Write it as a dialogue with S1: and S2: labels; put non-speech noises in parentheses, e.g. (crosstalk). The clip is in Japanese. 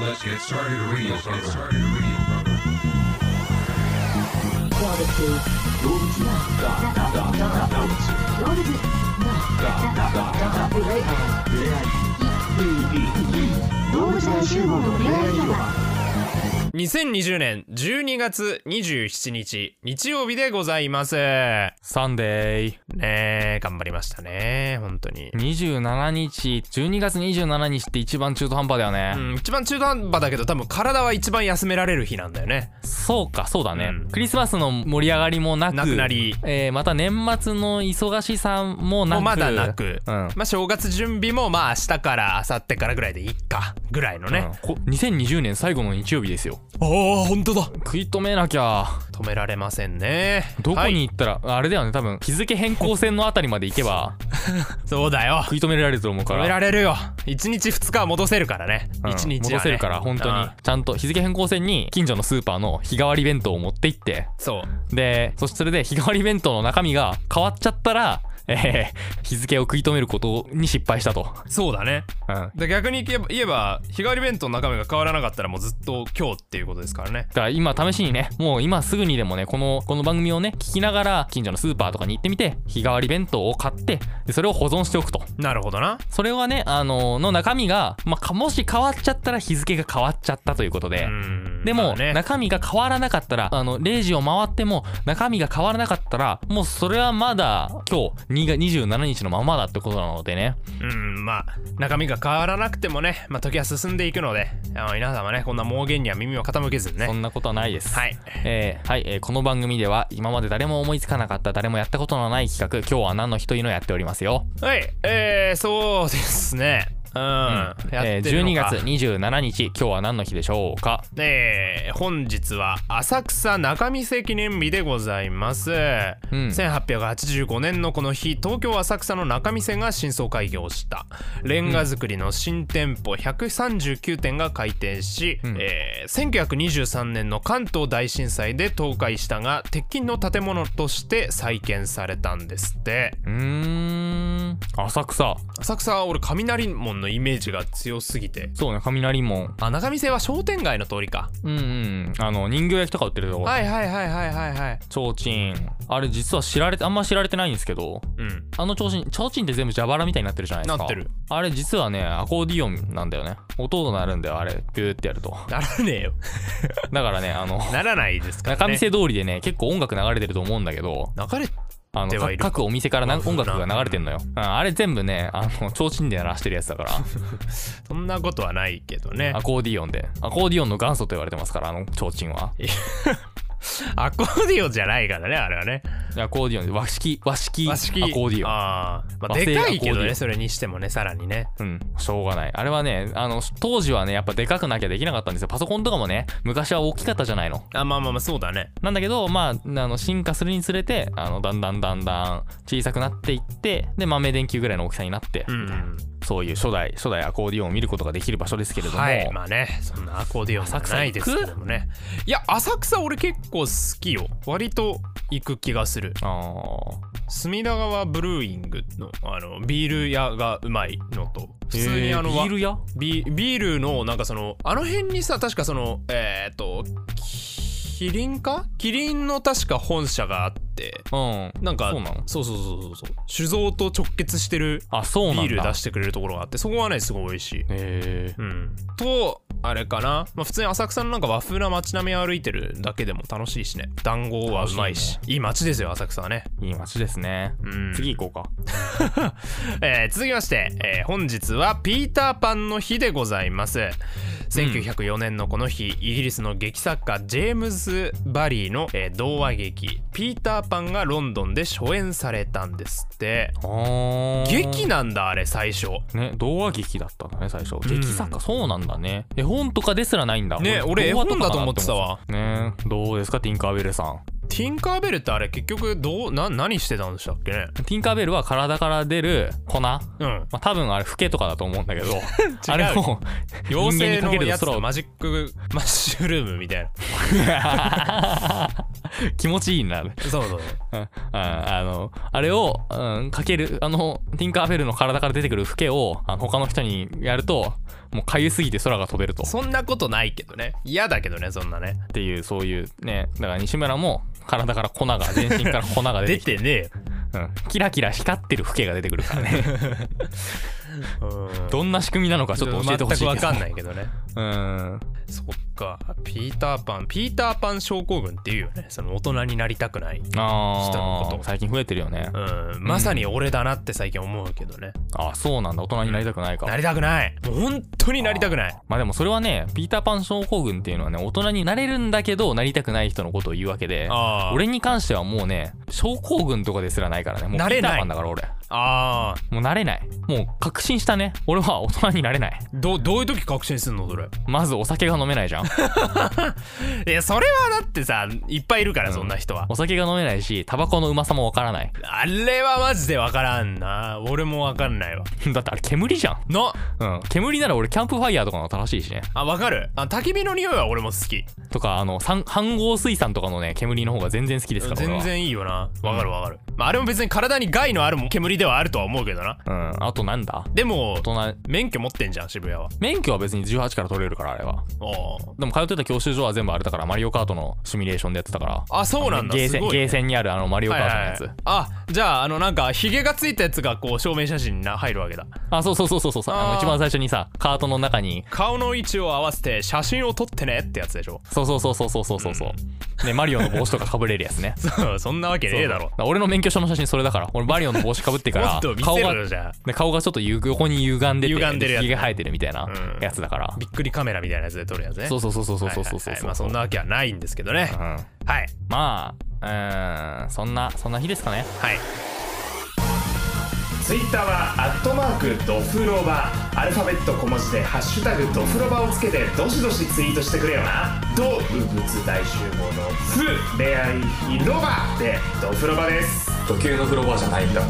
S1: Let's get started radio, get started radio, brother.
S2: 2020年12月27日日曜日でございます
S3: サンデー。
S2: ねえ頑張りましたね本当に、
S3: 27日、12月27日って一番中途半端だよね。
S2: うん、一番中途半端だけど多分体は一番休められる日なんだよね
S3: そうか、そうだね、
S2: うん
S3: クリスマスの盛り上がりもなく。
S2: なくなり
S3: えーまた年末の忙しさもな
S2: も
S3: く。
S2: うまだなく、
S3: うん。
S2: まあ正月準備もまあ明日から明後日からぐらいでいっかぐらいのね
S3: うん、こ2020年最後の日曜日ですよ。
S2: ああ本当だ
S3: 食い止めなきゃ。
S2: 止められませんね
S3: どこ
S2: は
S3: に
S2: い
S3: 行ったら、あれだよね、多分日付変更線のあたりまで行けば
S2: (laughs) そうだよ
S3: 食い止められると思うか
S2: 止
S3: ら。
S2: められるよ1日2日は戻せるからね、
S3: うん
S2: 1日は、ね、
S3: 戻せるから本当
S2: う
S3: に
S2: ん
S3: ちゃんと日付変更線に近所のスーパーの日替わり弁当を持って行って
S2: そう
S3: でそしてそれで日替わり弁当の中身が変わっちゃったら、えー日付を食い止めることに失敗したと、
S2: そうだね
S3: うん、だか
S2: で逆に言えば言えば日替わり弁当の中身が変わらなかったらもうずっと今日っていうことですからね
S3: ら今試しにねもう今すぐにでもねこのこの番組をね聞きながら近所のスーパーとかに行ってみて日替わり弁当を買ってでそれを保存しておくと
S2: なるほどな
S3: それはねあのの中身が、まあ、かもし変わっちゃったら日付が変わっちゃったということで、
S2: うん
S3: で
S2: ま
S3: も、
S2: あね
S3: 中身が変わらなかったらあの0時を回っても中身が変わらなかったらもうそれはまだ今日2が27日のままだってことなのでね
S2: うんまあ中身が変わらなくてもね、まあ、時は進んでいくのであの皆様ねこんな盲言には耳を傾けずに
S3: そ
S2: ね
S3: んなことはないです。
S2: はい
S3: えーはい、えーこの番組では今まで誰も思いつかなかった誰もやったことのない企画今日は何の日というのをやっておりますよ、
S2: はいえー、そうですねうん、や
S3: えー
S2: ってるの
S3: 12
S2: か
S3: 月27日今日は何の日でしょうか
S2: えー本日は浅草仲見世記念日でございます、
S3: ん
S2: 1885年のこの日東京浅草の仲見世が新装開業したレンガ造りの新店舗139店が開店し、
S3: ん
S2: えー1923年の関東大震災で倒壊したが鉄筋の建物として再建されたんですって
S3: うーん浅草
S2: 浅草は俺雷門のイメージが強すぎて
S3: そうね雷門
S2: あ仲見世は商店街の通りか
S3: うんうんあの人形焼きとか売ってるとこ
S2: はいはいはいはいはいはい
S3: 提灯あれ実は知られてあんま知られてないんですけど
S2: うん
S3: あの提灯提灯って全部蛇腹みたいになってるじゃないです
S2: な
S3: か
S2: ってる
S3: あれ実はねアコーディオンなんだよね音となるんだよあれビューってやると
S2: ならねえよ。
S3: だからねあの
S2: ならないですから、ね。
S3: 中見世通りでね結構音楽流れてると思うんだけど
S2: 流れ、
S3: あの
S2: では
S3: か
S2: いる
S3: 各お店からな
S2: まあ
S3: 音楽が流れてんのようんあれ全部ねあの提灯で鳴らしてるやつ
S2: (laughs)
S3: だから
S2: そんなことはないけどね
S3: ア。コーディオンでアコーディオンの元祖と言われてますからあの提灯は
S2: アコーディオンじゃないからね、あれはね。
S3: アコーディオンで和式和式
S2: 和式
S3: アコーディオン
S2: あーまあ、
S3: 和製
S2: でかいけ
S3: アコ
S2: ど
S3: ーディオ
S2: ね、
S3: ン
S2: それにしてもね、さらにね。
S3: うん、しょうがないあれはねあの当時はねやっぱでかくなきゃできなかったんですよパソコンとかもね昔は大きかったじゃないの
S2: あ、まあまあまあ、そうだね。
S3: なんだけどまああの進化するにつれてあのだんだんだんだん小さくなっていってで豆電球ぐらいの大きさになって、
S2: うんうん。
S3: そういう初代初代アコーディオンを見ることができる場所ですけれども、
S2: はい。まあね、そんなアコーディオンはないですけどもね。いや、浅草俺結構好きよ。割と行く気がする。
S3: あ
S2: 隅田川ブルーイングの、あの、ビール屋がうまいのと、普
S3: ー
S2: 通にあの、
S3: えービール屋
S2: ビビールのなんかそのあの辺にさ確かそのえっ、とキリンかキリンの確か本社があって
S3: うん
S2: なんか
S3: そうなの
S2: そうそうそうそうそう酒造と直結してる
S3: あそう
S2: ビ
S3: なんだ
S2: ール出してくれるところがあってそこはねすごい美味しい、
S3: へえ
S2: うん、とあれかな、まあ、普通に浅草のなんか和風な街並みを歩いてるだけでも楽しいしね団子はうまいしいい街ですよ浅草はね、
S3: いい街ですね、
S2: うん、
S3: 次行こうか
S2: えー続きまして、えー本日はピーターパンの日でございます1904年のこの日、イギリスの劇作家ジェームズ・バリーの、えー童話劇「ピーターパン」がロンドンで初演されたんですって
S3: あー
S2: 劇なんだあれ最初
S3: ね童話劇だったんだね最初
S2: ん
S3: 劇作家そうなんだね絵本とかですらないんだ
S2: ね俺絵
S3: 童話
S2: 本
S3: か
S2: だ
S3: な
S2: と思ってたわ
S3: ねどうですかティンカーベルさん
S2: ティンカーベルってあれ結局どうな何してたんでしたっけね
S3: ティンカーベルは体から出る粉ま
S2: うん
S3: あ多分あれフケとかだと思う
S2: (laughs)
S3: んだけどあれも人間
S2: 妖
S3: に
S2: 精
S3: かけ
S2: の
S3: る
S2: や
S3: と
S2: つ
S3: 空
S2: と
S3: を
S2: マジックマッシュルームみたいな
S3: (laughs) 気持ちいいな。うん
S2: そうそう
S3: あの、あれを、うん、かける、あの、ティンカーベルの体から出てくるフケを、あの他の人にやると、もうかゆすぎて空が飛べると。
S2: そんなことないけどね嫌だけどねそんなね
S3: っていう、そういうね、だから西村も体から粉が、全身から粉が出
S2: 出
S3: てきて、
S2: てね
S3: うん、キラキラ光ってるフケが出てくるからね。
S2: (laughs) えようん
S3: どんな仕組みなのかちょっと教えてほしい
S2: 全く
S3: けど。
S2: 分かんないけどね
S3: うん。
S2: そっかピーターパンピーターパン症候群っていうよねその大人になりたくない人の
S3: あ
S2: こと
S3: あ、最近増えてるよね。
S2: うんまさに俺だなって最近思うけどね、
S3: あそうなんだ。大人になりたくないか。
S2: なりたくないもう本当になりたくない
S3: まあでもそれはね、ピーターパン症候群っていうのはね、大人になれるんだけど、なりたくない人のことを言うわけで、
S2: あー
S3: 俺に関してはもうね、症候群とかですらないからね、もうピ
S2: なれ
S3: ータ
S2: ない
S3: ーパンだから俺。
S2: ああ
S3: もうなれない。もう確信したね。俺は大人になれない。
S2: どどういう時確信すんのそれ
S3: まずお酒が飲めな
S2: (laughs)
S3: いじゃん。
S2: いやそれはだってさいっぱいいるからそんな人は、
S3: お酒が飲めないし、タバコのうまさもわからない。 (laughs)
S2: あれはマジで分からんな俺も分かんないわ
S3: だってあれ煙じゃん。
S2: の
S3: うん。煙なら俺キャンプファイヤーとかの楽しいしね。
S2: あ分かるあ焚き火の匂いは俺も好き
S3: とか、あの、三半合水産とかのね、煙の方が全然好きですから、俺
S2: 全
S3: は。
S2: 然いいよな分かる分かる、まあ、あれも別に体に害のあるも煙ではあるとは思うけどな
S3: うん。あとなんだ
S2: でも
S3: 大人、
S2: 免許持ってんじゃん渋谷は
S3: 免許は別に18から取れるから、あれは。
S2: おー
S3: でも通ってた教習所は全部あれだからマリオカートのシミュレーションでやってたから
S2: あそうなんだ
S3: ゲー
S2: す
S3: セン、
S2: ごい
S3: ゲ
S2: ね
S3: ーセンにあるあのマリオカートのやつ、
S2: はいはいはいあじゃああのなんかヒゲがついたやつがこう照明写真にな入るわけだ
S3: あそうそうそうそうそうあ
S2: あー
S3: の一番最初にさカートの中に
S2: 顔の位置を合わせて写真を撮ってねってやつでしょ (laughs)
S3: そうそうそうそうそうそうそうそう、ねマリオの帽子とかかぶれるやつね
S2: そうそんなわけ (laughs) ねえだろ
S3: 俺の免許証の写真それだから俺マリオの帽子かぶってか
S2: も
S3: ら
S2: っと見
S3: 顔
S2: せ
S3: が
S2: ろよじゃあ
S3: で顔がちょっとゆ横に歪んでて
S2: 歪んでるやつ
S3: ひげ生えてるみたいな
S2: うん
S3: やつだから、
S2: びっくりカメラみたいなやつで撮るやつね
S3: そうそうそうそうそう
S2: はいは
S3: そう
S2: いはい
S3: そう
S2: まあそん
S3: う
S2: なわけはないんですけどね
S3: ん
S2: はい
S3: まあうーんそんなそんな日ですかね
S2: はいツイッターはアットマークドフロバアルファベット小文字で「ハッシュタグドフロバ」をつけてどしどしツイートしてくれよな動物大集合の「フ恋愛広場」でドフロバです
S3: 時計の風呂場じゃないんだ